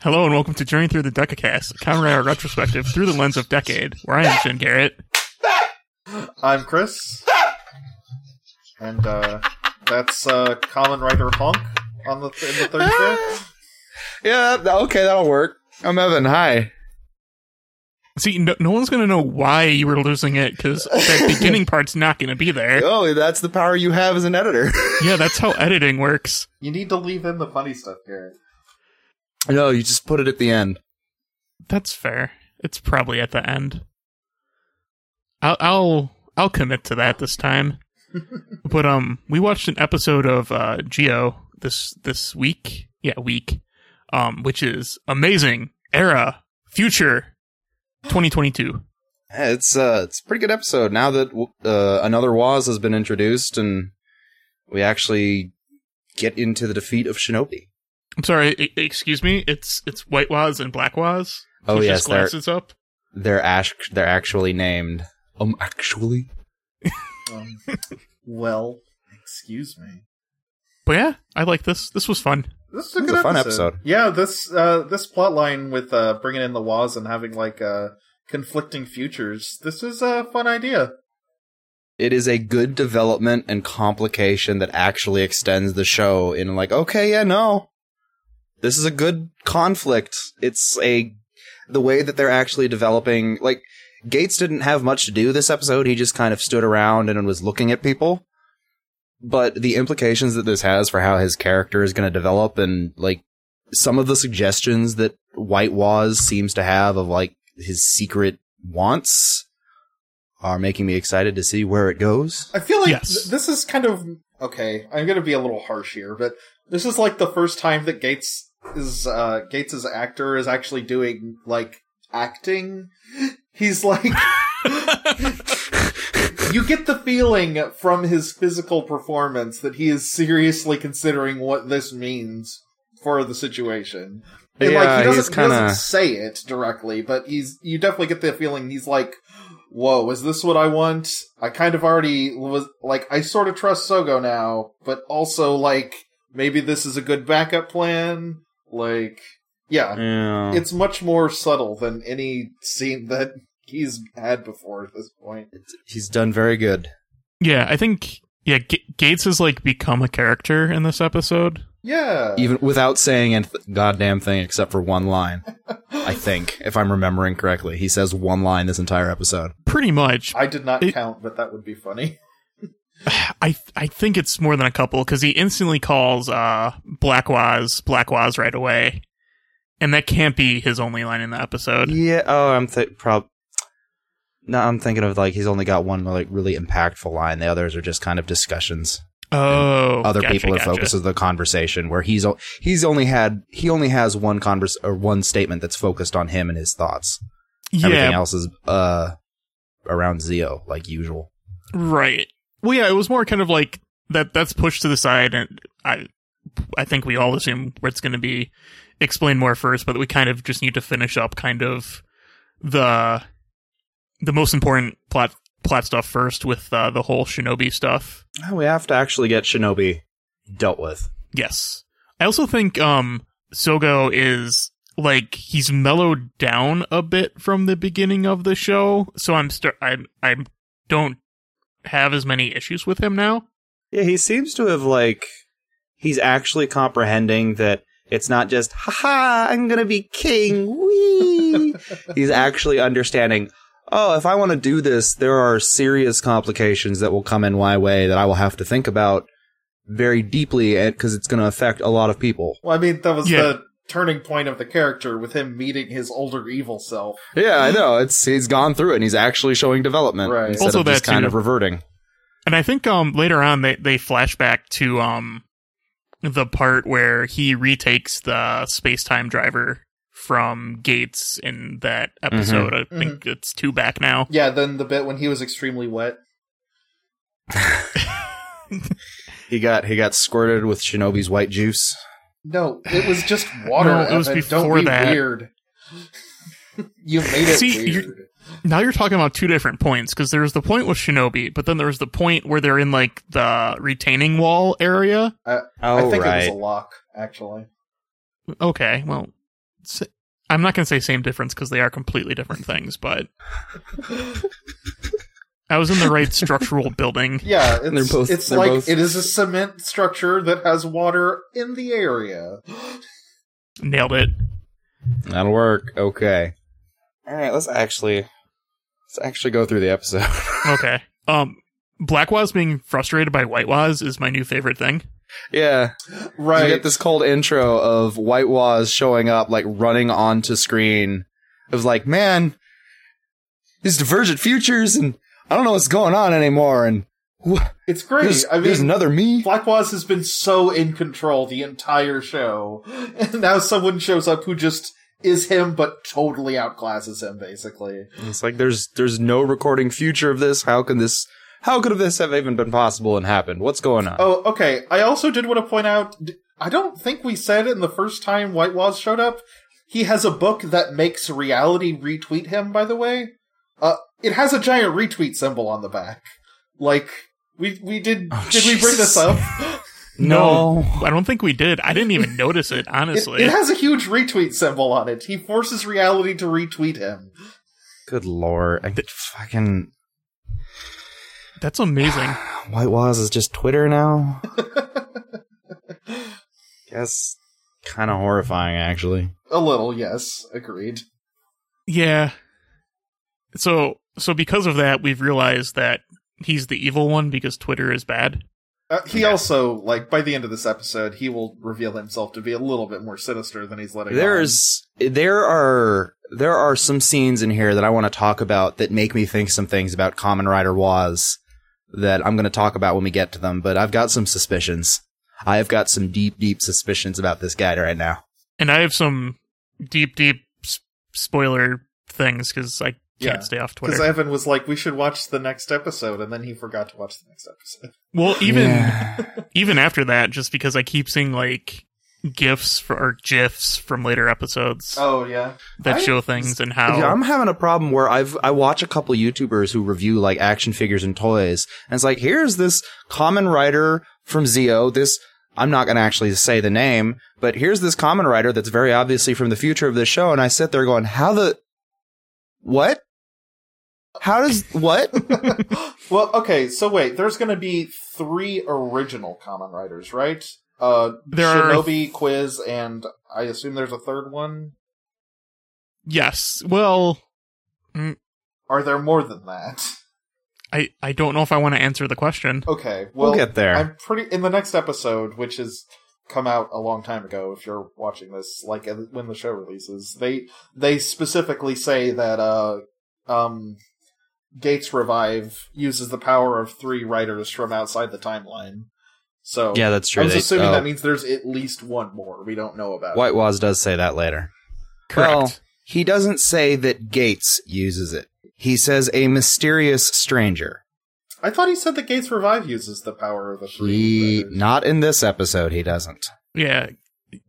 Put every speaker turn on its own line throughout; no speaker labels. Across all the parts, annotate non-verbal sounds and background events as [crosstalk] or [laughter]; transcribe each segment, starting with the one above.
Hello and welcome to Journey Through the Decacast, a Kamen Rider retrospective through the lens of decade, where I am Jim Garrett.
I'm Chris. And uh, that's uh, Common Writer Honk on the, th- in the third track.
[laughs] Yeah, that- okay, that'll work. I'm Evan. Hi.
See, no, no one's going to know why you were losing it because that beginning part's not going to be there.
Oh, that's the power you have as an editor. [laughs]
Yeah, that's how editing works.
You need to leave in the funny stuff, Garrett.
no, you just put it at the end.
That's fair. It's probably at the end. I'll I'll, I'll commit to that this time. but um, we watched an episode of uh, Geo this this week. Yeah, week. Um, which is amazing. Era, future, 2022.
Yeah, It's uh, it's a pretty good episode. Now that w- uh, another Waz has been introduced, and we actually get into the defeat of Shinobi.
I'm sorry. e- excuse me. It's it's white was and black was.
Oh
He's
yes,
just
they're
glasses up.
they're ash- they're actually named. Um, actually, [laughs]
Um, well, excuse me.
But yeah, I like this. This was fun.
This is a
It was
good
a fun episode.
Yeah, this uh, this plot line with uh, bringing in the Waz and having like uh, conflicting futures. This is a fun idea.
it is a good development and complication that actually extends the show in like okay yeah no this is a good conflict it's a the way that they're actually developing like gates didn't have much to do this episode he just kind of stood around and was looking at people but the implications that this has for how his character is going to develop and like some of the suggestions that white waz seems to have of like his secret wants are making me excited to see where it goes.
I feel like
Yes.
th- this is kind of okay. I'm going to be a little harsh here, but this is like the first time that Gates is uh, Gates as actor is actually doing like acting. He's like you get the feeling from his physical performance that he is seriously considering what this means for the situation. And, like, he doesn't, he doesn't say it directly, but he's you definitely get the feeling he's like, "Whoa, is this what I want?" I kind of already was like, I sort of trust Sogo now, but also like maybe this is a good backup plan. Like, yeah,
Yeah.
it's much more subtle than any scene that he's had before at this point.
He's done very good.
Yeah, I think yeah G- Gates has like become a character in this episode.
Yeah,
Even without saying a th- goddamn thing except for one line, I think, if I'm remembering correctly. He says one line this entire episode.
Pretty much. [sighs]
I did not
It-
count, but that would be funny. [laughs]
I I think it's more than a couple because he instantly calls uh Black Waz Black Waz right away, and that can't be his only line in the episode.
Yeah, oh, I'm th- prob No, I'm thinking of like he's only got one like really impactful line. The others are just kind of discussions.
Oh,
Other
gotcha,
people are
gotcha.
focused on the conversation where he's o- he's only had he only has one converse or one statement that's focused on him and his thoughts. Everything
Yeah,
else is uh around Zio, like usual.
right. Well, yeah, it was more kind of like that. That's pushed to the side, and I I think we all assume where it's going to be explained more first, but we kind of just need to finish up kind of the the most important plot plot stuff first with uh, the whole Shinobi stuff.
Oh, we have to actually get Shinobi dealt with.
Yes. I also think um Sogo is like he's mellowed down a bit from the beginning of the show, so I'm start I I don't have as many issues with him now.
Yeah, he seems to have like he's actually comprehending that it's not just "ha ha, I'm gonna be king. Wee. he's actually understanding. Oh, if I want to do this, there are serious complications that will come in my way that I will have to think about very deeply because it's going to affect a lot of people.
Well, I mean, that was
Yeah.
the turning point of the character with him meeting his older evil self.
Yeah, I know. It's he's gone through it and he's actually showing development
Right.
instead
Also
of just
that,
kind
too.
of reverting.
And I think um later on they they flash back to um the part where he retakes the space time driver from Gates in that episode. I think it's two back now.
Yeah, then the bit when he was extremely wet.
He got he got squirted with Shinobi's white juice.
No, it was just
[sighs]
water.
No, it was
Evan.
before
Don't be
that.
weird. [laughs] you made it
See,
weird.
you're- now you're talking about two different points because there's the point with Shinobi, but then there's the point where they're in like the retaining wall area.
I think it was a lock, actually.
Okay, well, s- I'm not going to say same difference because they are completely different things, but I was in the right structural building. [laughs]
Yeah,
And they're
it's,
both-
it's
they're
like
both-
it is a cement structure that has water in
[gasps]
the area.
Nailed it.
That'll work. Okay. All right. Let's actually let's actually go through the episode. [laughs]
Okay. Um, Black Waz being frustrated by White Waz is my new favorite thing.
yeah. You
Right.
get this cold intro of White Waz showing up, like running onto screen. It was like, man, these divergent futures, and I don't know what's going on anymore. And
it's great.
there's,
I
there's
mean,
another me.
Black Waz has been so in control the entire show, [laughs] and now someone shows up who just is him, but totally outclasses him. Basically,
It's like there's there's no recording future of this. How can this? How could this have even been possible and happened? What's going on?
Oh, okay. I also did want to point out. d- I don't think we said it in the first time White Waz showed up. He has a book that makes reality retweet him. By the way, uh, it has a giant retweet symbol on the back. Like we we did.
Oh,
did we bring this
Jesus.
up?
[laughs]
I don't think we did. I didn't even notice it,
it,
honestly.
it has a huge retweet symbol on it. He forces reality to retweet him.
Good lord! I fucking
That's amazing.
White Waz is just Twitter now. That's kind of horrifying, actually.
A little, yes, agreed.
Yeah. So so because of that, we've realized that he's the evil one because Twitter is bad.
Uh, he
Yeah.
also like by the end of this episode, he will reveal himself to be a little bit more sinister than he's letting. on.
There's there are there are some scenes in here that I want to talk about that make me think some things about Common Rider Waz that I'm going to talk about when we get to them. But I've got some suspicions. I have got some deep, deep suspicions about this guy right now.
And I have some deep deep s- spoiler things cuz I can't
Yeah.
stay off Twitter.
Because Evan was like, "We should watch the next episode," and then he forgot to watch the next episode. [laughs]
well, even
Yeah.
even after that just because I keep seeing like gifs for, or gifs from later episodes
Oh yeah,
that
I-
show things and how
Yeah, I'm having a problem where I've I watch a couple YouTubers who review like action figures and toys, and it's like here's this common writer from Zio. This I'm not going to actually say the name, but here's this common writer that's very obviously from the future of this show, and I sit there going, how the what? How does what?
[laughs] well, okay. So wait, there's going to be three original common writers, right? Uh,
There are-
Shinobi, Quiz, and I assume there's a third one.
yes. Well,
Are there more than that? [laughs]
I I don't know if I want to answer the question.
Okay, well,
We'll get there.
I'm pretty in the next episode, which has come out a long time ago. If you're watching this, like uh, when the show releases, they they specifically say that uh, um, Gates Revive uses the power of three writers from outside the timeline. So
yeah, that's true.
I was
They-
assuming
oh,
that means there's at least one more we don't know about.
White Waz does say that later.
Correct.
Well, he doesn't say that Gates uses it. He says a mysterious stranger.
I thought he said that Gates Revive uses the power of the three.
He
writers.
not in this episode. He doesn't.
Yeah.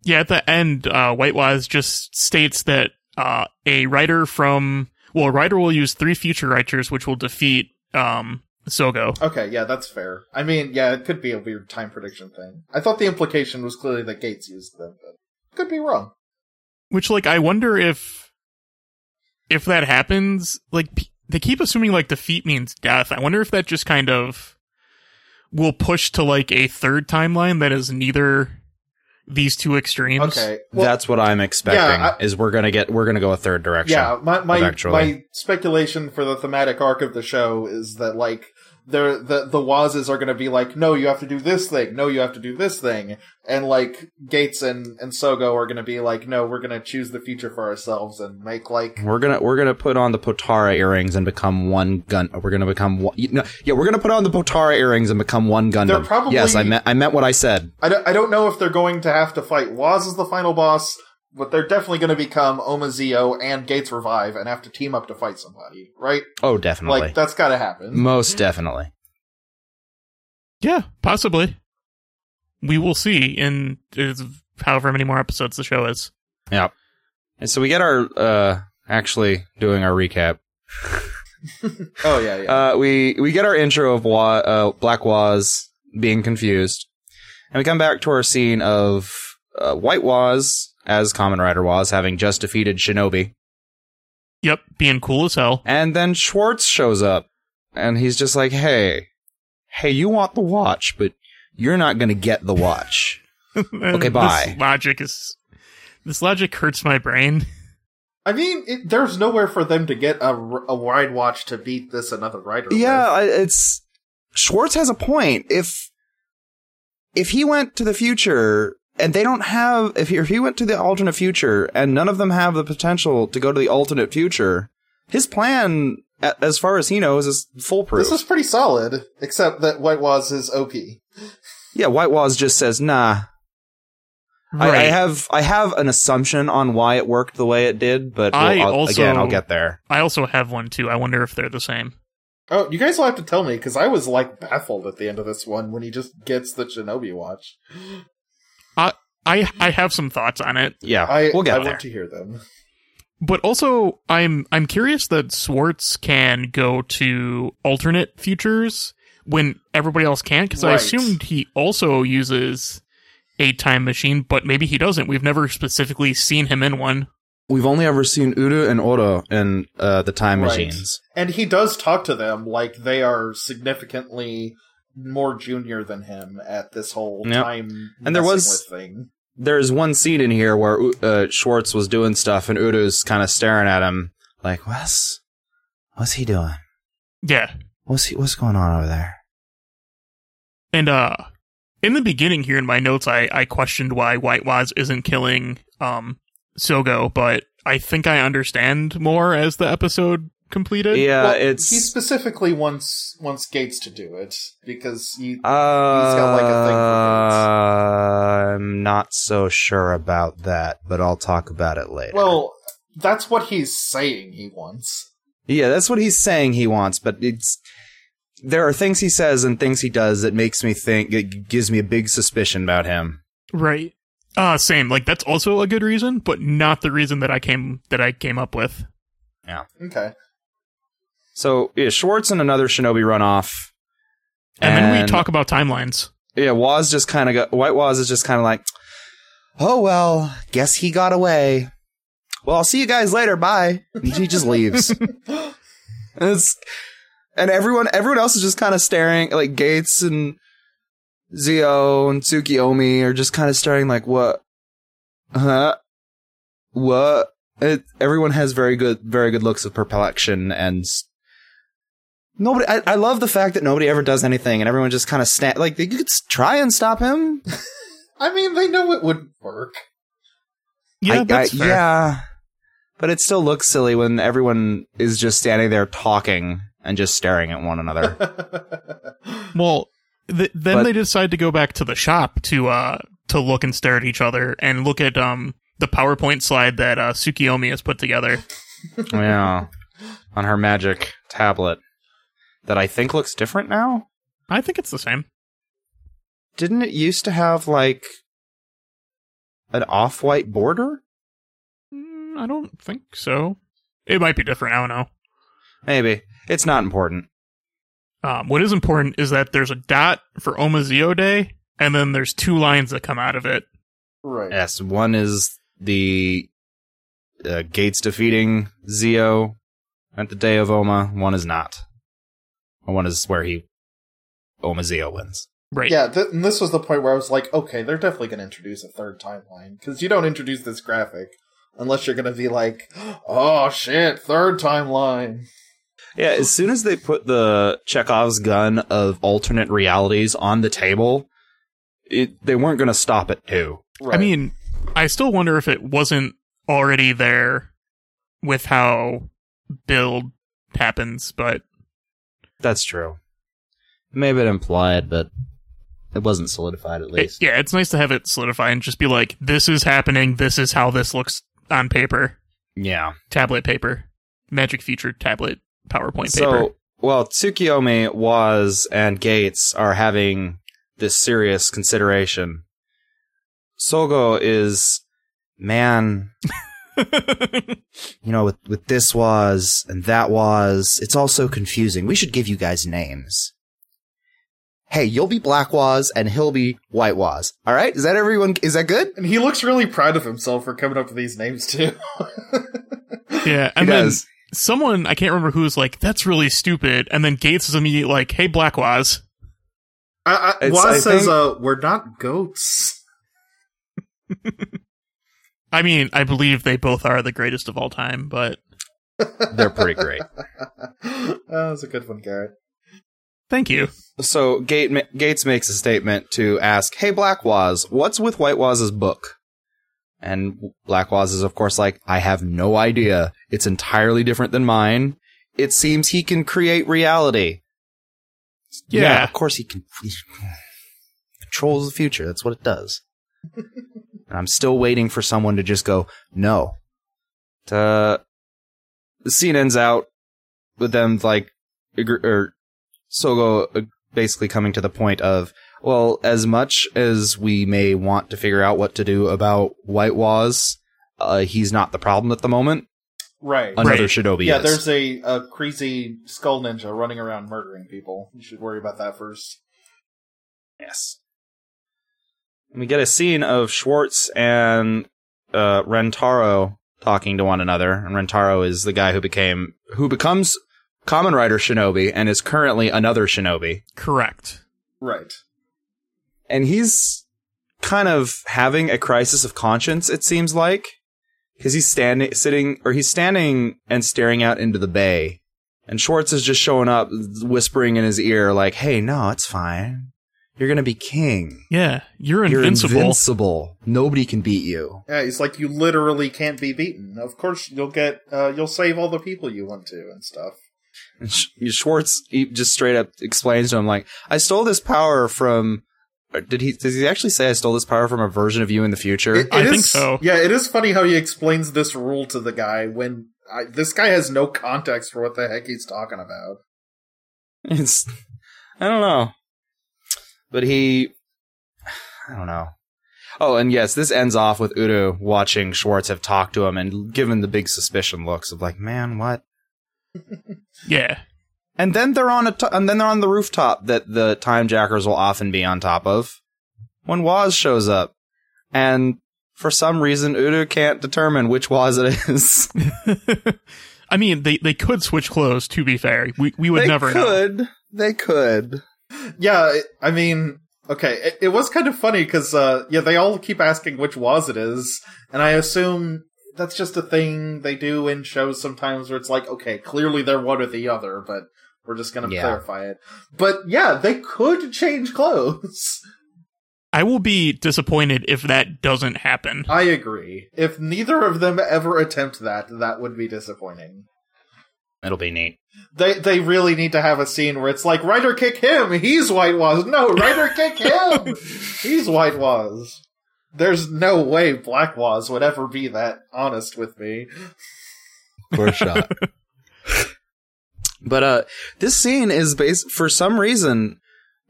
Yeah, at the end, uh, White Wise just states that uh, a writer from. Well, a writer will use three future writers, which will defeat um, Sogo.
Okay, yeah, that's fair. I mean, yeah, it could be a weird time prediction thing. I thought the implication was clearly that Gates used them, but could be wrong.
Which, like, I wonder if. If that happens, like, p- they keep assuming, like, defeat means death. I wonder if that just kind of will push to, like, a third timeline that is neither these two extremes.
Okay, well,
That's what I'm expecting.
Yeah,
is we're gonna get we're gonna go a third direction.
yeah. My my
Eventually.
my speculation for the thematic arc of the show is that like there the the Wazes are going to be like, no, you have to do this thing, no, you have to do this thing, and like Gates and and Sogo are going to be like, no, we're going to choose the future for ourselves and make like
We're gonna we're gonna put on the Potara earrings and become one gun. We're gonna become one. You know, yeah, we're gonna put on the Potara earrings and become one Gundam.
They're probably-
yes, I meant I meant what I said.
I don't, I don't know if they're going to have to fight Waz as the final boss, but they're definitely going to become Omazeo and Gates Revive and have to team up to fight somebody, right?
Oh, definitely,
Like, that's got to happen.
most definitely.
Yeah, possibly. We will see in uh, however many more episodes the show is.
Yep. And so we get our uh actually doing our recap.
Oh, yeah, yeah.
Uh, we we get our intro of Wa- uh, Black Waz being confused, and we come back to our scene of uh, White Waz as Common Rider Waz, having just defeated Shinobi,
Yep, being cool as hell.
and then Schwartz shows up, and he's just like, "Hey, hey, you want the watch, but you're not gonna get the watch."
[laughs] okay,
bye.
This logic is this logic hurts my brain.
I mean, it, there's nowhere for them to get a, r- a ride watch to beat this another rider. with.
Yeah, I- it's Schwartz has a point. If if he went to the future and they don't have if he, if he went to the alternate future and none of them have the potential to go to the alternate future, his plan a- as far as he knows is foolproof.
This is pretty solid, except that White Waz is OP.
yeah, White Waz just says, "Nah, I, I have I have an assumption on why it worked the way it did, but we'll-
I
I'll-
also-
again, I'll get there."
I also have one too. I wonder if they're the same.
Oh, you guys will have to tell me because I was like baffled at the end of this one when he just gets the Shinobi watch.
I I have some thoughts on it,
Yeah,
I
we'll get
I
there.
want to hear them.
but also I'm I'm curious that Swartz can go to alternate futures when everybody else can because I
Right.
assumed he also uses a time machine, but maybe he doesn't. We've never specifically seen him in one.
We've only ever seen Uru and Oro in uh, the time
Right.
machines.
And he does talk to them like they are significantly more junior than him at this whole
Yep.
time
And there
messing
was-
with thing.
there's one scene in here where uh, Schwartz was doing stuff and Udo's kind of staring at him like, "What's what's he doing?
Yeah,
What's he what's going on over there?"
And uh in the beginning here in my notes I, I questioned why White Waz isn't killing um Sogo, but I think I understand more as the episode completed.
Yeah,
Well,
uh, it's
he specifically wants wants Gates to do it because he
uh,
got, like, a thing for
I'm not so sure about that, but I'll talk about it later.
well that's what he's saying he wants.
yeah, that's what he's saying he wants, but it's there are things he says and things he does that makes me think it gives me a big suspicion about him.
Right. Uh same. Like that's also a good reason, but not the reason that I came that I came up with.
Okay.
So, yeah, Schwartz and another Shinobi run off.
And, then we
And-
talk about timelines.
Yeah, Waz just kind of got. White Waz is just kind of like, oh well, guess he got away. Well, I'll see you guys later. Bye. And he just leaves. and it's and everyone everyone else is just kind of staring. Like Gates and Zio and Tsukiyomi are just kind of staring. Like what? Huh? What? It, everyone has very good very good looks of perplexion and. s- Nobody, I, I love the fact that nobody ever does anything, and everyone just kind of snap. Like you could s- try and stop him,
I mean they know it would work. [laughs]
Yeah,
I-
that's
I-
fair.
yeah. But it still looks silly when everyone is just standing there talking and just staring at one
[laughs]
another.
Well, th- then
But-
they decide to go back to the shop to uh to look and stare at each other and look at um the PowerPoint slide that uh, Tsukiyomi has put together.
yeah. On her magic tablet that I think looks different now.
I think it's the same.
Didn't it used to have like an off-white border?
Mm, I don't think so. It might be different. I don't
Maybe. It's not important.
know. Um, what is important is that there's a dot for Omazeo Day, and then there's two lines that come out of it.
right.
Yes, one is the uh, Gates defeating Zio at the Day of Oma. One is not. Or One is where he Oma Zio wins.
Right.
Yeah, th- and this was the point where I was like, okay, they're definitely going to introduce a third timeline because you don't introduce this graphic unless you're going to be like, oh shit, third timeline.
Yeah, as soon as they put the Chekhov's gun of alternate realities on the table, it, they weren't going to stop at two.
Right.
I mean, I still wonder if it wasn't already there with how build happens, but
That's true. Maybe it implied, but it wasn't solidified at
it- yeah, it's nice to have it solidify and just be like, this is happening. This is how this looks on paper,
yeah.
tablet paper, magic feature tablet, PowerPoint paper.
So, well, Tsukiyomi, Waz, and Gates are having this serious consideration. Sogo is, [laughs] man, you know, with, with this was and that was, it's all so confusing. We should give you guys names. hey, you'll be Black Waz and he'll be White Waz. All right, is that everyone? Is that good?
And he looks really proud of himself for coming up with these names too. [laughs]
Yeah,
He
and then
does.
someone I can't remember who was like, "That's really stupid," and then Gates is immediately like, "Hey, Blackwaz."
I, I,
It's-
Waz
I
says,
think-
uh, "We're not goats."
I mean, I believe they both are the greatest of all time, but
[laughs] They're pretty great.
[laughs] that was a good one, Garrett.
thank you.
So Gate ma- Gates makes a statement to ask, "Hey, Black Waz, what's with White Waz's book?" And Black Waz is, of course, like, "I have no idea. It's entirely different than mine. It seems he can create reality.
Yeah.
of course he [sighs] can. controls the future. That's what it does." and I'm still waiting for someone to just go, "No." Uh, the scene ends out with them like, agr- or Sogo uh, basically coming to the point of, well, as much as we may want to figure out what to do about White Waz, uh, he's not the problem at the moment.
Right.
Another
Right.
Shinobi
yeah,
is.
there's a, a crazy skull ninja running around murdering people. You should worry about that first.
yes. And we get a scene of Schwartz and uh, Rentaro talking to one another, and Rentaro is the guy who became who becomes Common Rider Shinobi and is currently another Shinobi.
Correct.
Right.
and he's kind of having a crisis of conscience it seems like because he's standing sitting or he's standing and staring out into the bay and schwartz is just showing up whispering in his ear like hey no it's fine you're gonna be king
Yeah, you're
you're
invincible.
invincible nobody can beat you
Yeah, he's like, you literally can't be beaten. Of course, you'll get, uh, you'll save all the people you want to and stuff.
And Sch- Schwartz he just straight up explains to him, like, I stole this power from. or Did he? Did he actually say I stole this power from a version of you in the future?
It-
I
it
think
is-
so.
Yeah, it is funny how he explains this rule to the guy when I, this guy has no context for what the heck he's talking about.
[laughs] It's I don't know. But he I don't know. Oh, and yes, this ends off with Udo watching Schwartz have talked to him and given the big suspicion looks of like, man, what?
Yeah, [laughs]
And then they're on a t- and then they're on the rooftop that the time jackers will often be on top of. When Waz shows up, and for some reason Udo can't determine which Waz it is. [laughs]
I mean, they they could switch clothes. To be fair, we we would
they
never know.
could. They could.
Yeah, it, I mean, okay, it, it was kind of funny because, uh, yeah, they all keep asking which was it is, and I assume that's just a thing they do in shows sometimes where it's like, okay, clearly they're one or the other, but we're just gonna
Yeah.
clarify it. But yeah, they could change clothes.
I will be disappointed if that doesn't happen.
I agree. If neither of them ever attempt that, that would be disappointing.
It'll be neat.
They they really need to have a scene where it's like Ryder kick him, he's White Waz. No, Ryder kick him, he's White Waz. There's no way Black Waz would ever be that honest with me.
for a shot. but uh this scene is based for some reason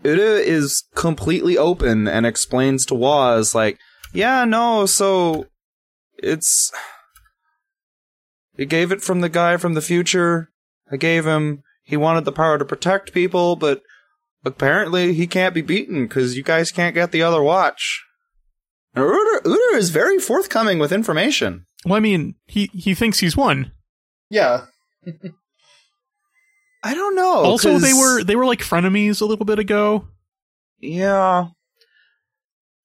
Uda is completely open and explains to Waz like, "Yeah, no, so it's I gave it from the guy from the future. I gave him he wanted the power to protect people, but apparently he can't be beaten cuz you guys can't get the other watch." And Uda, Uda is very forthcoming with information.
Well, I mean, he he thinks he's won.
Yeah,
I don't know.
also, they
Oh, 'cause-
were they were like frenemies a little bit ago,
yeah.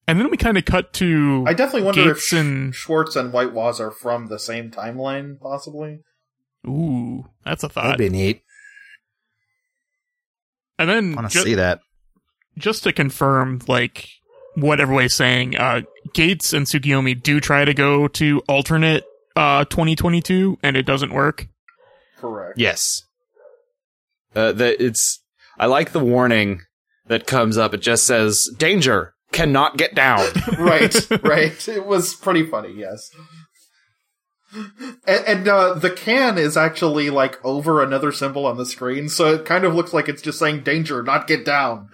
and then we kind of cut to
I definitely wonder if
Gates
Sch-
and-
Schwartz and White Waz are from the same timeline, possibly.
ooh, that's a thought.
That'd be neat.
And
I
then
want to
ju-
see that.
just to confirm, like what everybody's saying, uh, Gates and Sugiyomi do try to go to alternate uh 2022, and it doesn't work.
Correct.
Yes. Uh, the, it's. I like the warning that comes up. It just says danger cannot get down.
right,
[laughs]
right. It was pretty funny, yes. And, and uh, the can is actually like over another symbol on the screen, so it kind of looks like it's just saying "danger, not get down."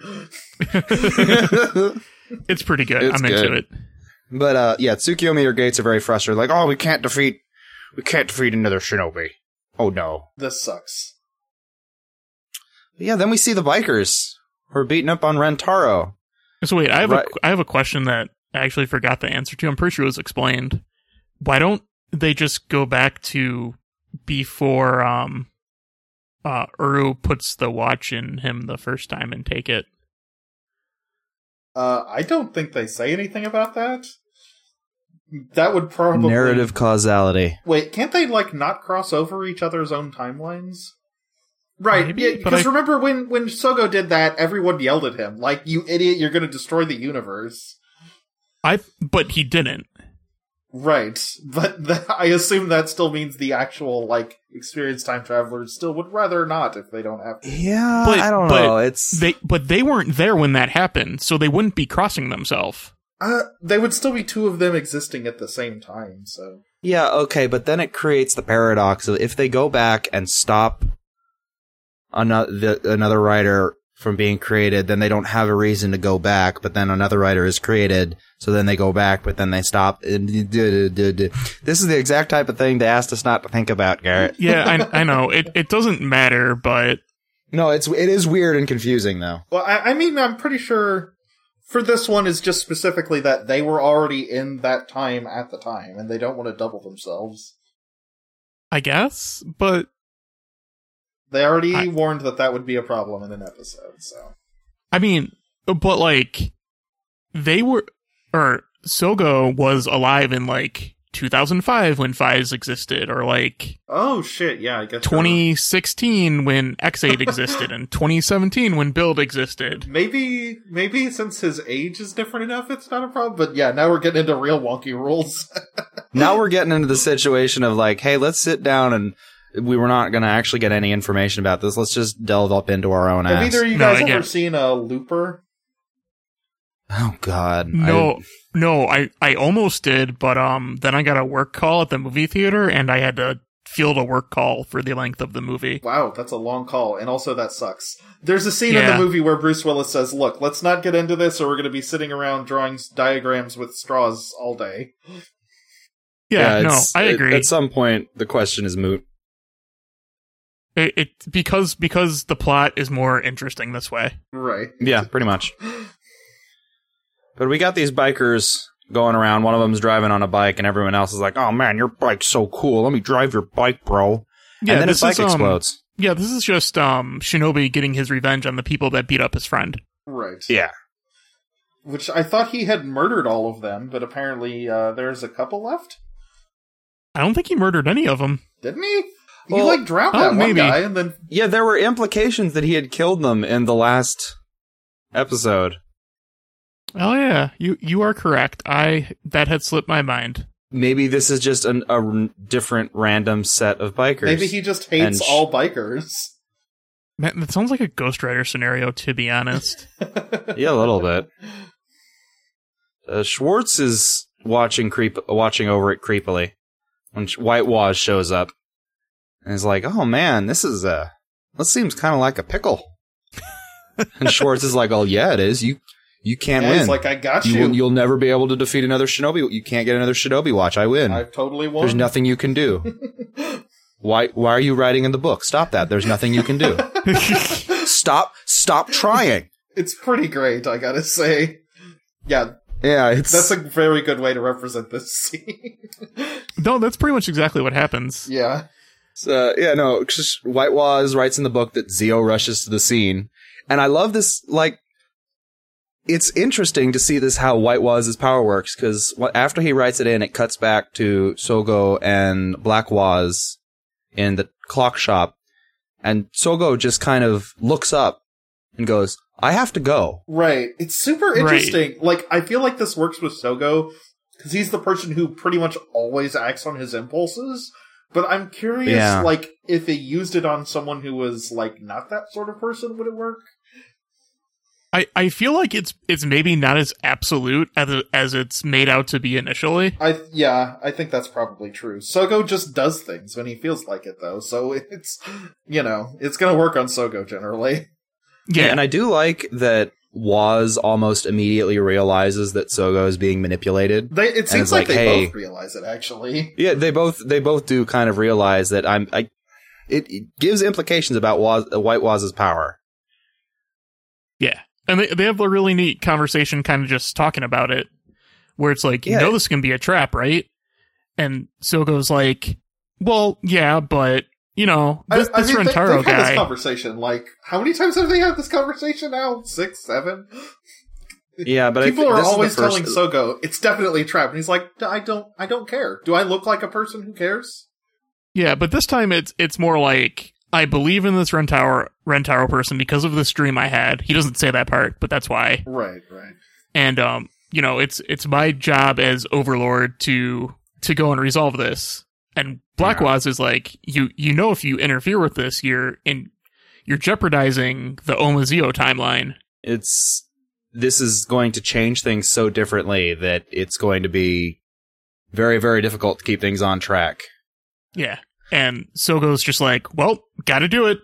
[gasps]
It's pretty good.
It's
I'm into
good.
it.
[laughs] but uh, yeah, Tsukiyomi or Gates are very frustrated. Like, oh, we can't defeat, we can't defeat another shinobi. Oh no.
This sucks.
But yeah, then we see the bikers Her beating up on Rentaro.
So wait, I have
Right.
a I have a question that I actually forgot the answer to. I'm pretty sure it was explained. Why don't they just go back to before um uh Uru puts the watch in him the first time and take it?
Uh, I don't think they say anything about that. That would probably
Narrative causality.
Wait, can't they like not cross over each other's own timelines? Right,
Maybe,
yeah,
but
because
I-
remember when when Sogo did that, everyone yelled at him like, "You idiot! You're going to destroy the universe."
I but he didn't.
Right, but [laughs] th- I assume that still means the actual like experienced time travelers still would rather not if they don't have to.
Yeah,
But-
Uh, I don't
but
know. It's
They but they weren't there when that happened, so they wouldn't be crossing themselves.
Uh, they would still be two of them existing at the same time. So
Yeah, okay, but then it creates the paradox of if they go back and stop another the, another writer from being created, then they don't have a reason to go back. But then another writer is created, so then they go back, but then they stop. Uh, This is the exact type of thing they asked us not to think about, Garrett.
Yeah, I I know. It it doesn't matter, but
No, it's it is weird and confusing though.
Well, I, I mean, I'm pretty sure for this one is just specifically that they were already in that time at the time, and they don't want to double themselves.
I guess. But
They already
I-
warned that that would be a problem in an episode. So
I mean, but like they were or Sogo was alive in like 2005 when Fives existed or like
oh shit, yeah, I guess
2016 when X8 existed
[laughs]
and 2017 when Build existed.
Maybe, maybe since his age is different enough, it's not a problem. But yeah, now we're getting into real wonky rules.
now we're getting into the situation of like, hey, let's sit down and we were not going to actually get any information about this. Let's just delve up into our own
Have
ass.
either of you
No,
guys
I
ever
get-
seen a looper?
Oh God, I-
No, no, I I almost did, but um then I got a work call at the movie theater and I had to field a work call for the length of the movie.
Wow, that's a long call, and also that sucks. There's a scene in
Yeah.
the movie where Bruce Willis says, "Look, let's not get into this, or we're going to be sitting around drawing s- diagrams with straws all day."
Yeah, no,
it's-
I
at-
agree.
At some point, the question is moot.
it, it because because the plot is more interesting this way.
Right.
Yeah, pretty much. [gasps] But we got these bikers going around. One of them's driving on a bike, and everyone else is like, "Oh man, your bike's so cool. Let me drive your bike, bro."
Yeah,
and then his
this
bike
is, um,
explodes.
Yeah, this is just um, Shinobi getting his revenge on the people that beat up his friend.
Right.
Yeah,
Which I thought he had murdered all of them, but apparently uh, there's a couple left.
I don't think he murdered any of them.
Didn't he?
Well,
he like drowned
oh,
that one
maybe.
guy, and then
yeah. There were implications that he had killed them in the last episode.
Oh yeah, you you are correct. I that had slipped my mind.
Maybe this is just an, a r- different random set of bikers.
maybe he just hates
And sh-
all
[laughs]
bikers.
Man, that sounds like a Ghost Rider scenario. To be honest,
[laughs]
[laughs]
yeah, a little bit. Uh, Schwartz is watching creep, watching over it creepily when Sh- White Waz shows up, and is like, "Oh man, this is a this seems kind of like a pickle." and Schwartz is like, "Oh yeah, it is. You you can't
yeah,
win.
he's like, "I got
you
you.
will, you'll never be able to defeat another Shinobi. You can't get another Shinobi watch. I win.
I've totally won."
There's nothing you can do. Why why are you writing in the book? Stop that. There's nothing you can do. stop stop trying."
It's pretty great, I gotta say. Yeah,
Yeah, it's
That's a very good way to represent this [laughs] scene.
no, that's pretty much exactly what happens.
yeah.
So yeah, no, just White Waz writes in the book that Zio rushes to the scene, and I love this. Like, it's interesting to see this how White Waz's power works because after he writes it in, it cuts back to Sogo and Black Waz in the clock shop, and Sogo just kind of looks up and goes, "I have to go."
Right. It's super
Right.
interesting. Like, I feel like this works with Sogo because he's the person who pretty much always acts on his impulses. But I'm curious,
Yeah.
like, if they used it on someone who was, like, not that sort of person, would it work?
I, I feel like it's it's maybe not as absolute as as it's made out to be initially.
I, yeah, I think that's probably true. Sogo just does things when he feels like it, though. So [laughs] it's, you know, it's gonna work on Sogo generally.
Yeah,
and I do like that Waz almost immediately realizes that Sogo is being manipulated.
They, it seems
it's
like,
like,
they
hey-
both realize it, actually.
Yeah, they both they both do kind of realize that I'm. I, it, it gives implications about Waz, uh, White Waz's power.
Yeah. And they, they have a really neat conversation kind of just talking about it where it's like,
Yeah.
you know, this can be a trap, right? And Silgo's like, well, yeah, but, you know,
I-
this,
I,
this
mean, they,
Rentaro
have had this
guy.
conversation. Like, how many times have they had this conversation now? Six, seven.
Yeah, but I
People
think
are
this is the
always
first-
telling Sogo it's definitely a trap, and he's like, "I don't, I don't care. Do I look like a person who cares?"
Yeah, but this time it's it's more like, I believe in this Rentaro, Rentaro person because of this dream I had. He doesn't say that part, but that's why.
Right, right.
and um, you know, it's it's my job as overlord to to go and resolve this. And Black
Yeah.
Waz is like, you you know, if you interfere with this, you're in you're jeopardizing the Omazeo timeline.
it's this is going to change things so differently that it's going to be very very difficult to keep things on track.
Yeah, and Sogo's just like, well, got to do it.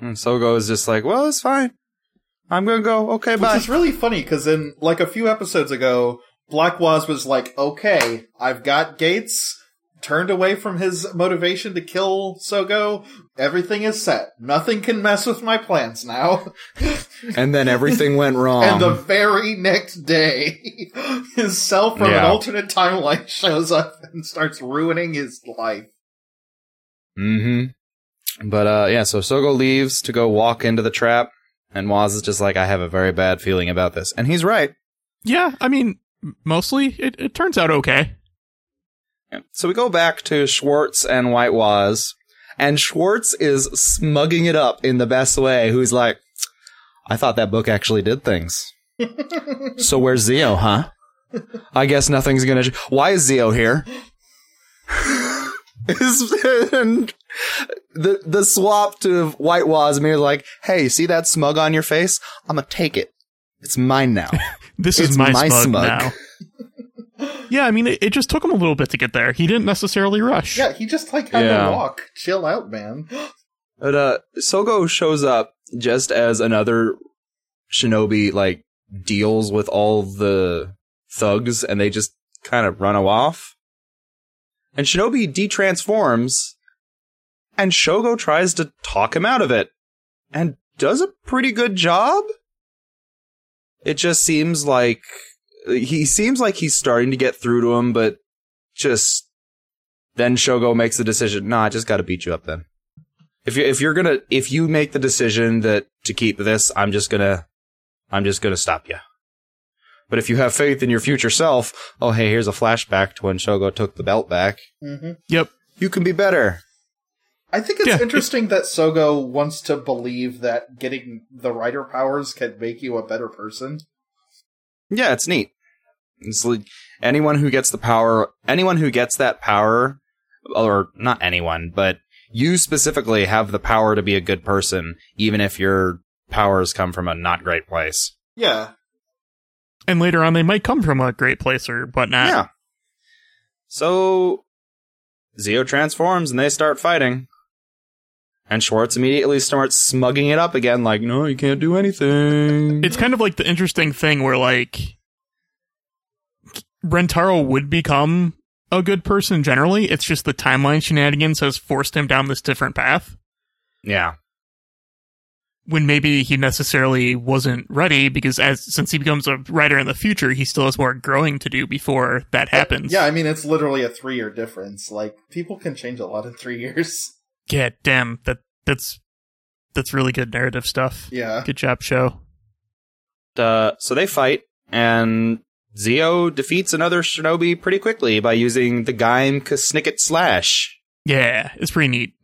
And Sogo is just like, well, it's fine. I'm gonna go. Okay,
Which
bye.
is really funny because in like a few episodes ago, Black Waz was like, "Okay, I've got Gates." Turned away from his motivation to kill Sogo, everything is set. Nothing can mess with my plans now.
and then
[laughs]
everything went wrong.
and the very next day, [laughs] his self from an
Yeah.
alternate timeline [laughs] shows up and starts ruining his life.
mm-hmm. But uh, yeah, so Sogo leaves to go walk into the trap, and Waz is just like, I have a very bad feeling about this, and he's right.
Yeah, I mean, m- mostly it, it turns out okay.
So we go back to Schwartz and White Waz, and Schwartz is smugging it up in the best way. Who's like, I thought that book actually did things. so where's Zio, huh? I guess nothing's gonna. Why is Zio here? [laughs] Is- and the the swap to White Waz me like, hey, see that smug on your face? I'm gonna take it. It's mine now.
This
It's
is my,
my
smug,
smug.
now. yeah, I mean, it, it just took him a little bit to get there. He didn't necessarily rush.
Yeah, he just like had
Yeah.
to walk. Chill out, man. [gasps]
But uh Sogo shows up just as another shinobi like deals with all the thugs and they just kind of run off. And Shinobi detransforms and Shogo tries to talk him out of it and does a pretty good job. It just seems like he seems like he's starting to get through to him, but just then Shogo makes the decision, nah, I just gotta beat you up then. If you if you're gonna if you make the decision that to keep this, I'm just gonna I'm just gonna stop you. But if you have faith in your future self, oh hey, here's a flashback to when Shogo took the belt back.
hmm
Yep.
You can be better.
I think it's
Yeah, it-
interesting that Sogo wants to believe that getting the writer powers can make you a better person.
Yeah, it's neat. It's like anyone who gets the power, anyone who gets that power, or not anyone, but you specifically have the power to be a good person, even if your powers come from a not great place.
Yeah,
And later on, they might come from a great place or whatnot.
Yeah. Ah. So Zeo transforms and they start fighting. And Schwartz immediately starts smugging it up again, like, no, you can't do anything.
it's kind of like the interesting thing where like Rentaro would become a good person generally. It's just the timeline shenanigans has forced him down this different path
yeah.
when maybe he necessarily wasn't ready because as since he becomes a writer in the future, he still has more growing to do before that happens.
yeah. I mean, it's literally a three-year difference. Like people can change a lot in three years. [laughs]
Yeah, damn. That that's that's really good narrative stuff.
Yeah,
Good job, show.
Uh, so they fight, and Zeo defeats another shinobi pretty quickly by using the Gaim Snicket Slash.
Yeah, it's pretty neat.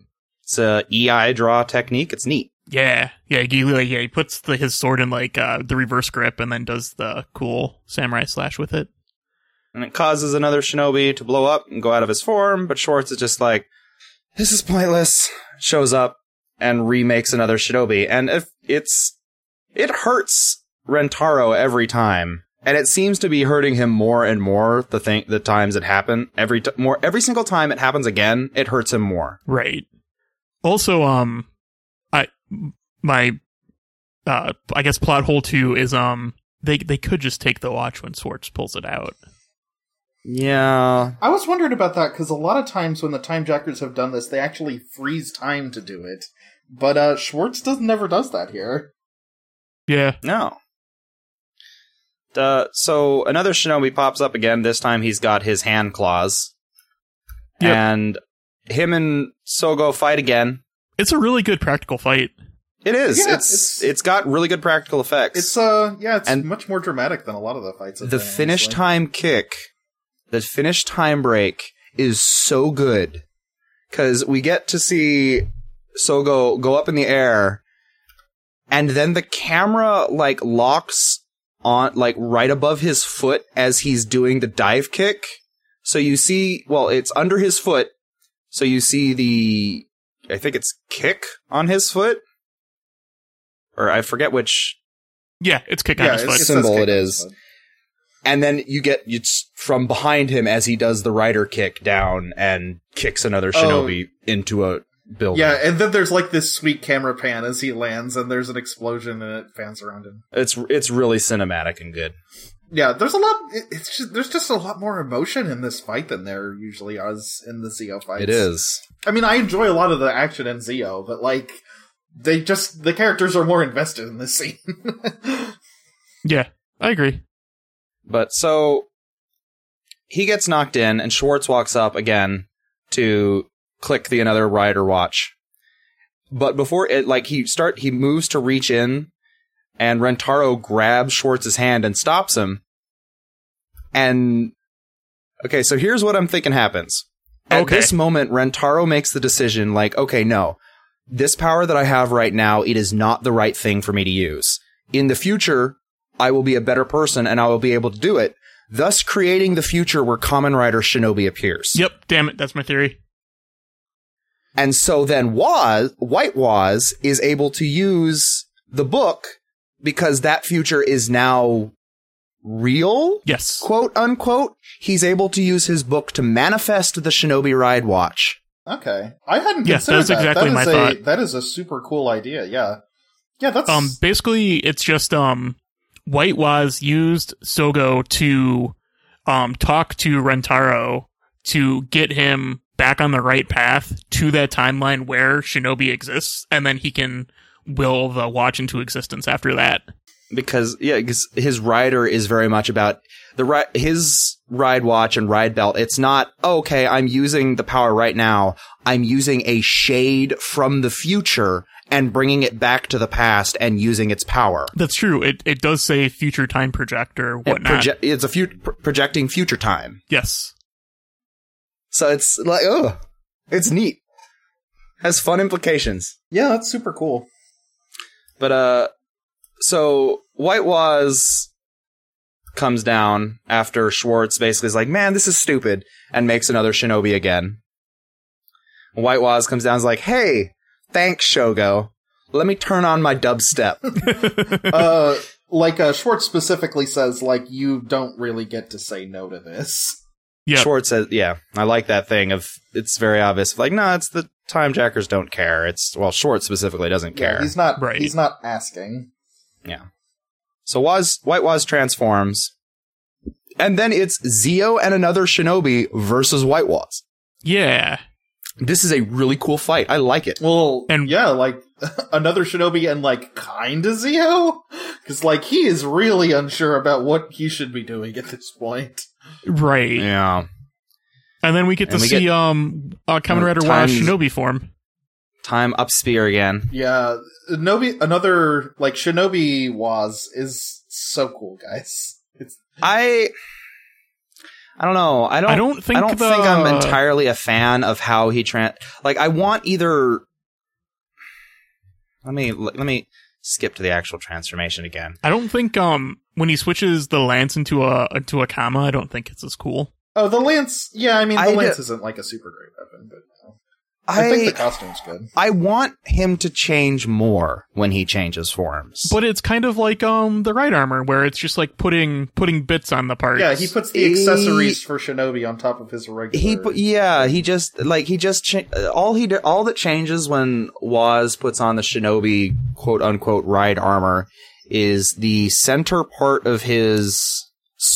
It's a EI draw technique. It's neat.
Yeah, yeah, he like, yeah, he puts the, his sword in like uh, the reverse grip and then does the cool samurai slash with it.
and it causes another shinobi to blow up and go out of his form, but Schwartz is just like, this is pointless, shows up and remakes another shinobi. And if it's, it hurts Rentaro every time. And it seems to be hurting him more and more the thing, the times it happen. Every, t- more, every single time it happens again, it hurts him more.
Right. Also, um, I my uh, I guess plot hole two is um they they could just take the watch when Schwartz pulls it out.
Yeah.
I was wondering about that because a lot of times when the time jackers have done this, they actually freeze time to do it. But uh Schwartz does never does that here.
Yeah.
No. Uh, so another shinobi pops up again. This time he's got his hand claws.
Yep.
And him and Sogo fight again.
It's a really good practical fight.
It is.
Yeah,
it's,
it's-
it's got really good practical effects.
It's uh yeah, it's
And-
much more dramatic than a lot of the fights. I've
the
been in,
finish
honestly.
time kick, the finish time break is so good because we get to see Sogo go up in the air, and then the camera like locks on like right above his foot as he's doing the dive kick. So you see, well, it's under his foot, so you see the I think it's kick on his foot, or I forget which
Yeah, it's kick
Yeah,
on his foot.
it's- says
Symbol
kick
it
on
is.
his foot.
and then you get it's from behind him as he does the rider kick down and kicks another shinobi into a building.
Yeah, and then there's like this sweet camera pan as he lands, and there's an explosion, and it fans around him.
it's it's really cinematic and good.
Yeah, there's a lot. it- It's just, there's just a lot more emotion in this fight than there usually is in the Zeo fights.
It is.
I mean, I enjoy a lot of the action in Zeo, but like they just the characters are more invested in this scene. [laughs]
Yeah, I agree.
But so he gets knocked in, and Schwartz walks up again to click the another rider watch. But before it, like he start, he moves to reach in, and Rentaro grabs Schwartz's hand and stops him. And okay, so here's what I'm thinking happens. At
Okay.
this moment, Rentaro makes the decision, like, okay, no, this power that I have right now, it is not the right thing for me to use. In the future, I will be a better person and I will be able to do it, thus creating the future where Common Rider Shinobi appears.
Yep, damn it, that's my theory.
And so then Waz, White Waz is able to use the book because that future is now real,
Yes.
quote unquote. He's able to use his book to manifest the Shinobi Ride Watch.
okay, I hadn't
Yeah,
considered
that's
that.
exactly
that is
my
a
thought.
that is a super cool idea. Yeah, yeah, that's
Um basically it's just um White Waz used Sogo to um talk to Rentaro to get him back on the right path to that timeline where Shinobi exists, and then he can will the watch into existence after that.
because yeah, 'cause his rider is very much about the ri- his ride watch and ride belt. It's not "Oh, okay. I'm using the power right now. I'm using a shade from the future and bringing it back to the past and using its power.
That's true. It it does say future time projector,
It
whatnot.
proje- it's a fut- pr- projecting future time.
yes.
So it's like oh, it's neat. Has fun implications.
yeah, that's super
[laughs]
cool.
But uh so White Waz comes down after Schwartz basically is like, Man, this is stupid, and makes another shinobi again. White Waz comes down and is like, Hey, thanks, Shogo. Let me turn on my dubstep.
uh, like uh, Schwartz specifically says, like you don't really get to say no to this.
Yep.
Schwartz says, Yeah, I like that thing of it's very obvious. Like, no, it's the time jackers don't care. It's well, Schwartz specifically doesn't care.
Yeah, he's not.
Right.
He's not asking.
So Waz White Waz transforms. And then it's Zeo and another shinobi versus White Waz.
Yeah.
This is a really cool fight. I like it.
Well,
And-
and yeah, like [laughs] another shinobi and like kind of Zio, because like he is really unsure about what he should be doing at this point.
Right.
Yeah.
And then we get to
And we
see
get-
um uh Kamen
Uh,
Rider Wise
times-
Shinobi form.
Time up spear again.
Yeah, Nobi, another like shinobi was is so cool, guys. It's
I I don't know. I don't
I don't think uh,
I don't
the-
think I'm entirely a fan of how he tran like I want either Let me let me skip to the actual transformation again.
I don't think um when he switches the lance into a into a comma, I don't think it's as cool.
oh the lance. Yeah, I mean the
I d-
lance isn't like a super great weapon, but uh, I,
I
think the costume's good.
I want him to change more when he changes forms.
But it's kind of like um the right armor where it's just like putting putting bits on the parts.
Yeah, he puts the
He-
accessories for shinobi on top of his regular.
he put, yeah he just like he just cha- all he did all that changes when Waz puts on the shinobi quote unquote ride armor is the center part of his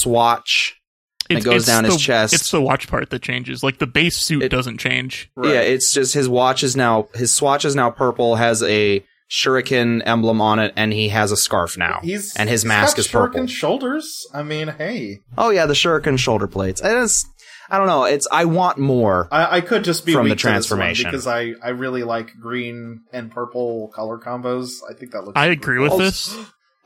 swatch
It's-
goes
it's
down his
the-
chest.
It's the watch part that changes. Like the base suit
It-
doesn't change.
Right.
yeah it's just his watch is now his swatch is now purple has a shuriken emblem on it, and he has a scarf now.
He's
and his
he's
mask
got
is purple.
shuriken Shoulders. I mean, hey,
oh yeah, the shuriken shoulder plates. And it's, I don't know. It's I want more.
I, I could just be
From
weak
the
to this one
transformation.
because I I really like green and purple color combos. I think that looks.
I agree with
Oh,
this.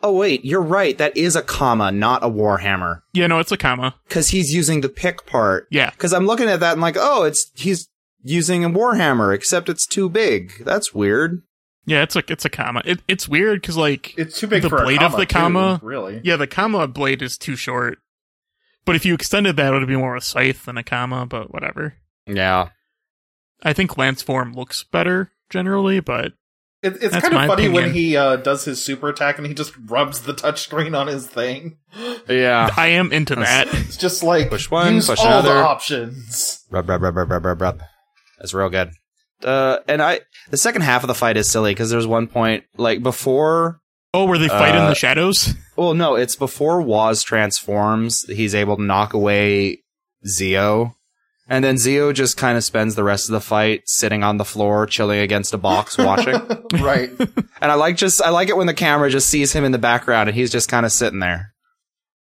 Oh wait, you're right. That is a comma, not a warhammer,
Yeah, no, it's a comma.
because he's using the pick part.
Yeah,
Because I'm looking at that and like, oh, it's he's using a warhammer, except it's too big. That's weird.
yeah, it's a it's a comma. It, it's weird because like
It's too big
The
for a
blade of
comma,
the comma.
too, really.
yeah, the comma blade is too short. But if you extended that, it would be more of a scythe than a comma. But whatever.
Yeah.
I think Lance form looks better generally, but
It, it's
That's
kind
my
of funny when
opinion.
he uh, does his super attack and he just rubs the touchscreen on his thing.
Yeah.
I am into
Ah. That's-
that.
It's just like
Push one,
use
push
all the
another.
options. [laughs]
Rub, rub, rub, rub, rub, rub, rub. That's real good. Uh, and I, the second half of the fight is silly because there's one point like before
Oh, were they fighting in
Uh,
the shadows?
Well, no, it's before Waz transforms. He's able to knock away Zio. And then Zio just kind of spends the rest of the fight sitting on the floor, chilling against a box, watching. and
right.
I like just, I like it when the camera just sees him in the background and he's just kind of sitting there.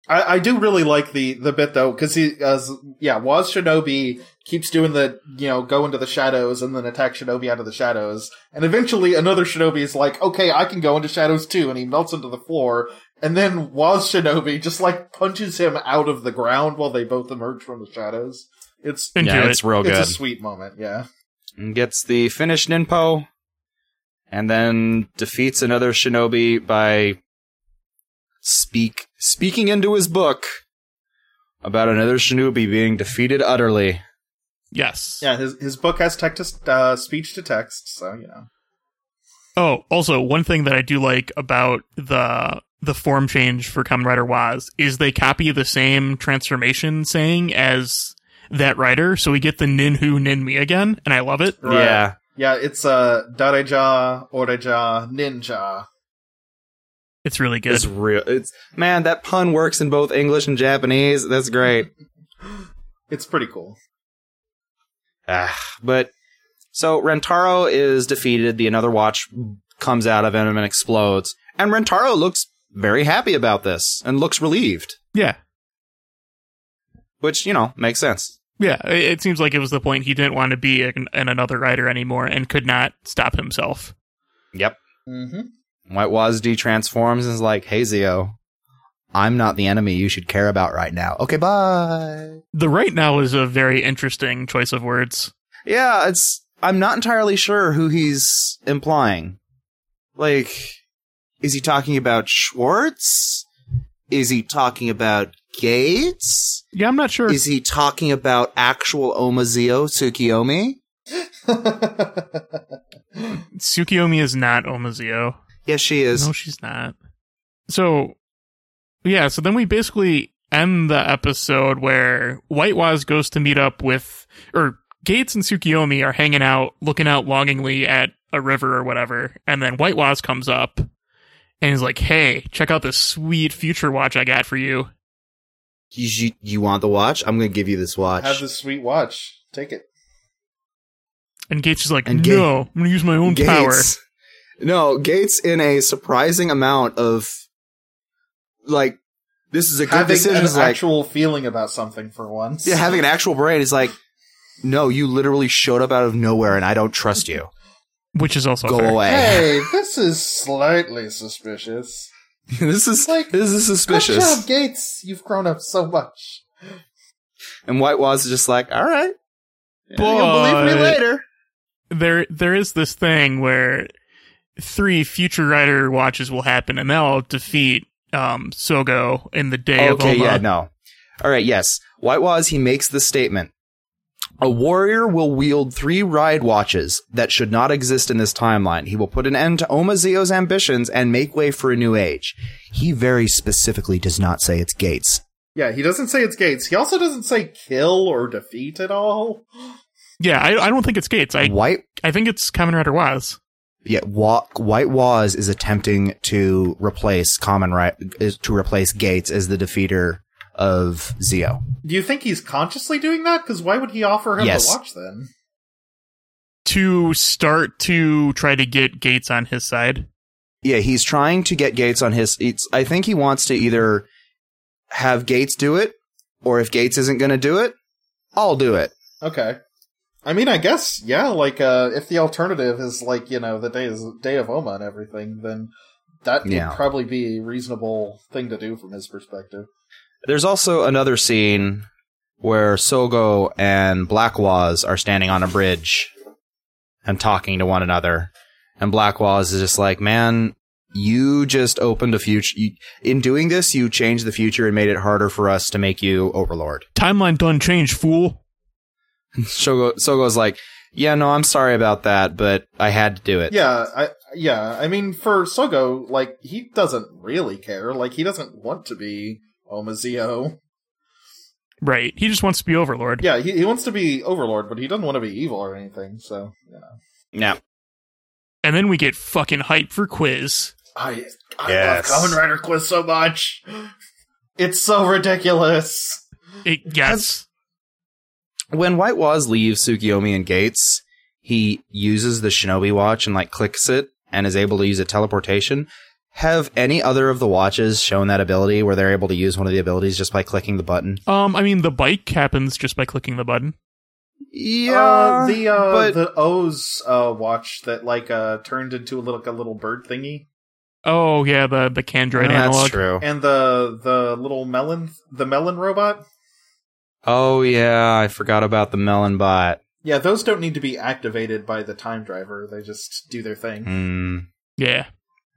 I, I do really like the the bit though because he as yeah Waz Shinobi keeps doing the you know go into the shadows and then attack Shinobi out of the shadows and eventually another Shinobi is like okay I can go into shadows too and he melts into the floor and then Waz Shinobi just like punches him out of the ground while they both emerge from the shadows. It's
Into
yeah,
it.
it's real
it's
good.
a sweet moment. Yeah,
And gets the finished Ninpo and then defeats another shinobi by speak, speaking into his book about another shinobi being defeated utterly.
yes.
yeah. His his book has text to, uh, speech to text, so you know.
Oh, also one thing that I do like about the the form change for Kamen Rider Waz is they copy the same transformation saying as that writer, so we get the Nin Who Nin Me again, and I love it.
Right.
Yeah.
Yeah, it's uh, Dareja, Oreja, Ninja.
It's really good.
It's real. It's man, that pun works in both English and Japanese. That's great.
It's pretty cool.
Ah, but so Rentaro is defeated. The another watch comes out of him and explodes. And Rentaro looks very happy about this and looks relieved,
yeah,
which you know makes sense.
yeah. It, it seems like it was the point he didn't want to be in, in another writer anymore and could not stop himself.
Yep.
[laughs] hmm
White Wazd transforms and is like, "Hey Zio, I'm not the enemy you should care about right now. Okay, bye."
The right now is a very interesting choice of words.
Yeah, it's I'm not entirely sure who he's implying. Like is he talking about Schwartz? Is he talking about Gates?
Yeah, I'm not sure.
Is he talking about actual Omazeo Tsukiyomi?
Tsukiyomi is not Omazeo.
Yes, she is.
No, she's not. So, yeah, so then we basically end the episode where White Waz goes to meet up with, or Gates and Tsukiyomi are hanging out, looking out longingly at a river or whatever, and then White Waz comes up and is like, hey, check out this sweet future watch I got for you.
You, you, you want the watch? I'm going to give you this watch.
Have this sweet watch. Take it.
And Gates is like,
And Ga-
no, I'm going to use my own power.
No, Gates in a surprising amount of like this is a good
Having
decision.
an
It's like,
actual feeling about something for once.
Yeah, having an actual brain is like, no, you literally showed up out of nowhere and I don't trust you.
Which is also
Go
fair.
away.
Hey, this is slightly suspicious.
[laughs] this is
Like,
this is
Good job,
suspicious.
Gates. You've grown up so much.
And White Waz is just like, all right.
But-
You'll believe me later.
there there is this thing where three future rider watches will happen and they'll defeat um Sogo in the day of
okay,
Oma.
yeah, no. All right, yes. White Waz, he makes this statement. A warrior will wield three ride watches that should not exist in this timeline. He will put an end to Omazeo's ambitions and make way for a new age. He very specifically does not say it's Gates.
Yeah, he doesn't say it's Gates. He also doesn't say kill or defeat at all.
Yeah, I, I don't think it's Gates. I
White
I think it's Kamen Rider Waz.
Yeah, Wa- White Waz is attempting to replace Common Right is to replace Gates as the defeater of Zio.
Do you think he's consciously doing that? Because why would he offer him
Yes.
the watch then?
to start to try to get Gates on his side?
Yeah, he's trying to get Gates on his. It's, I think he wants to either have Gates do it, or if Gates isn't going to do it, I'll do it.
Okay. I mean, I guess yeah. Like, uh, if the alternative is like you know the day is day of Oma and everything, then that
Yeah.
would probably be a reasonable thing to do from his perspective.
There's also another scene where Sogo and Blackwaz are standing on a bridge and talking to one another. And Blackwaz is just like, man, you just opened a future. You- in doing this, you changed the future and made it harder for us to make you overlord.
Timeline done change, fool.
Sogo, Sogo's like, yeah, no, I'm sorry about that, but I had to do it.
Yeah, I yeah. I mean, for Sogo, like he doesn't really care. Like he doesn't want to be Omazeo.
Right. He just wants to be overlord.
Yeah, he, he wants to be Overlord, but he doesn't want to be evil or anything. So yeah,
Yeah.
And then we get fucking hype for quiz.
I I
Yes.
love Kamen Rider Quiz so much. It's so ridiculous.
It, yes.
When White Waz leaves Tsukiyomi and Gates, he uses the Shinobi watch and like clicks it and is able to use a teleportation. Have any other of the watches shown that ability where they're able to use one of the abilities just by clicking the button?
Um, I mean, the bike happens just by clicking the button.
Yeah,
uh, the uh,
but-
the O's uh, watch that like uh, turned into a little like a little bird thingy,
Oh yeah, the the Candroid analog.
that's true.
and the the little melon the melon robot.
Oh yeah, I forgot about the melon bot.
Yeah, those don't need to be activated by the time driver. They just do their thing.
Hmm.
Yeah.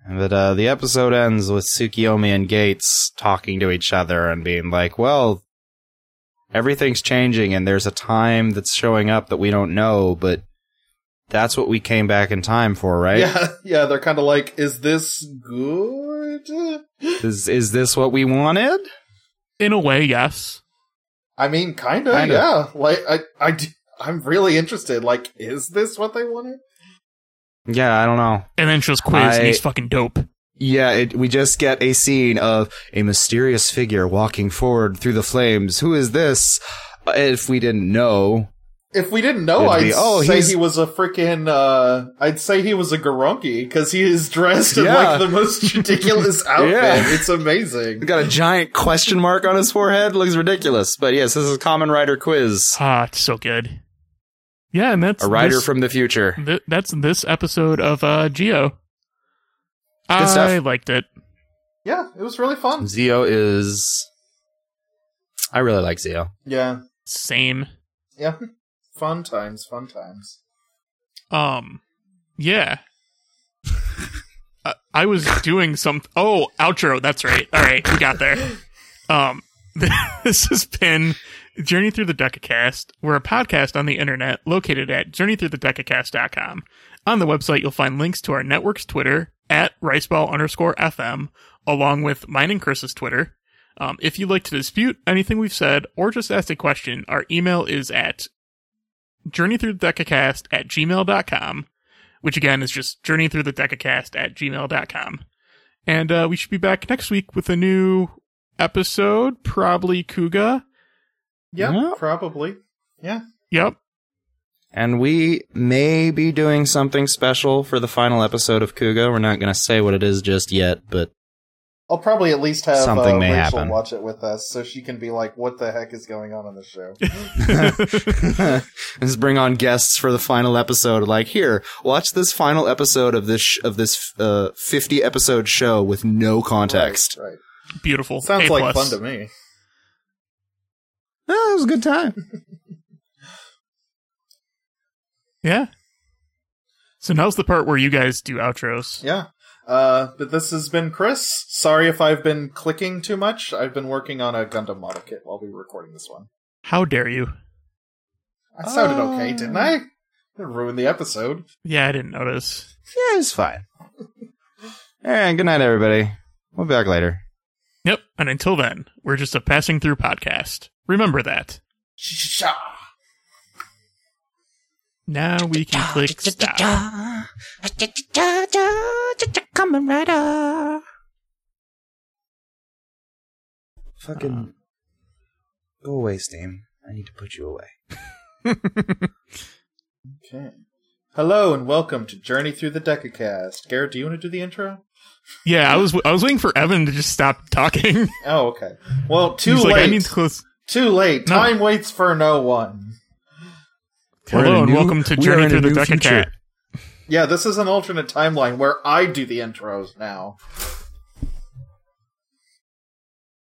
But uh, the episode ends with Tsukiyomi and Gates talking to each other and being like, well, everything's changing and there's a time that's showing up that we don't know, but that's what we came back in time for, right?
Yeah, [laughs] yeah, they're kind of like, is this good?
Is, is this what we wanted?
In a way, yes.
I mean, kind of,
Kinda.
yeah. Like, I, I, d- I'm really interested. Like, is this what they wanted?
Yeah, I don't know.
And then shows quiz, and
I-
he's fucking dope.
Yeah, it, we just get a scene of a mysterious figure walking forward through the flames. Who is this? Uh, If we didn't know,
If we didn't know,
It'd
I'd
be, oh,
say
he's-
he was a freaking. Uh, I'd say he was a garunky because he is dressed in
Yeah.
like the
[laughs]
most ridiculous outfit. It's amazing.
got a giant question mark on his forehead. Looks ridiculous. But yes, this is a Common Rider quiz.
Ah, it's so good. Yeah, and that's
a writer
this,
from the future.
th- that's this episode of uh Geo. I
stuff.
liked it.
Yeah, it was really fun.
Zio is. I really like Zio.
Yeah,
Same.
yeah, fun times, fun times.
Um, yeah. I, I was doing some. Oh, outro. That's right. All right, we got there. Um, [laughs] this has been Journey Through the Decacast. We're a podcast on the internet located at journeythroughthedecacast.com. On the website, you'll find links to our network's Twitter at riceball underscore FM, along with mine and Chris's Twitter. Um, if you'd like to dispute anything we've said or just ask a question, our email is at journey through the decacast at gmail.com which again is just journey through the decacast at gmail.com and uh, we should be back next week with a new episode probably kuga
Yeah,
Yeah.
probably. Yeah,
yep
And we may be doing something special for the final episode of Kuga. We're not going to say what it is just yet, but [laughs]
I'll probably at least have
Something
uh,
may
Rachel
happen.
watch it with us so she can be like, "What the heck is going on in the show?"
let's bring on guests for the final episode. Like, here, watch this final episode of this sh- of this uh, fifty episode show with no [laughs] context.
Right, right.
beautiful
Sounds
A
like
plus.
fun to me.
Yeah, it was a good time.
yeah so now's the part where you guys do outros
Yeah. Uh, but this has been Chris. Sorry if I've been clicking too much. I've been working on a Gundam model kit while we were recording this one.
how dare you
I sounded
Oh.
okay,
Um,
didn't I? Didn't ruin the episode.
yeah i didn't notice
Yeah, it's fine. All right, good night, everybody. We'll be back later.
yep and until then we're just a passing through podcast remember that
Sha.
now we can click stop
Coming right up.
Fucking go away, Steam. I need to put you away.
Okay. Hello and welcome to Journey Through the DecaCast. Garrett, do you want to do the intro?
Yeah, I was I was waiting for Evan to just stop talking. [laughs]
Oh, okay. Well, too
He's
late.
like, I need to close.
Too late.
No.
Time waits for no one.
We're in a
Hello and
new-
welcome to
we are
Journey
in
Through
a
the
new
Deca
future.
Cat.
Yeah, this is an alternate timeline where I do the intros now.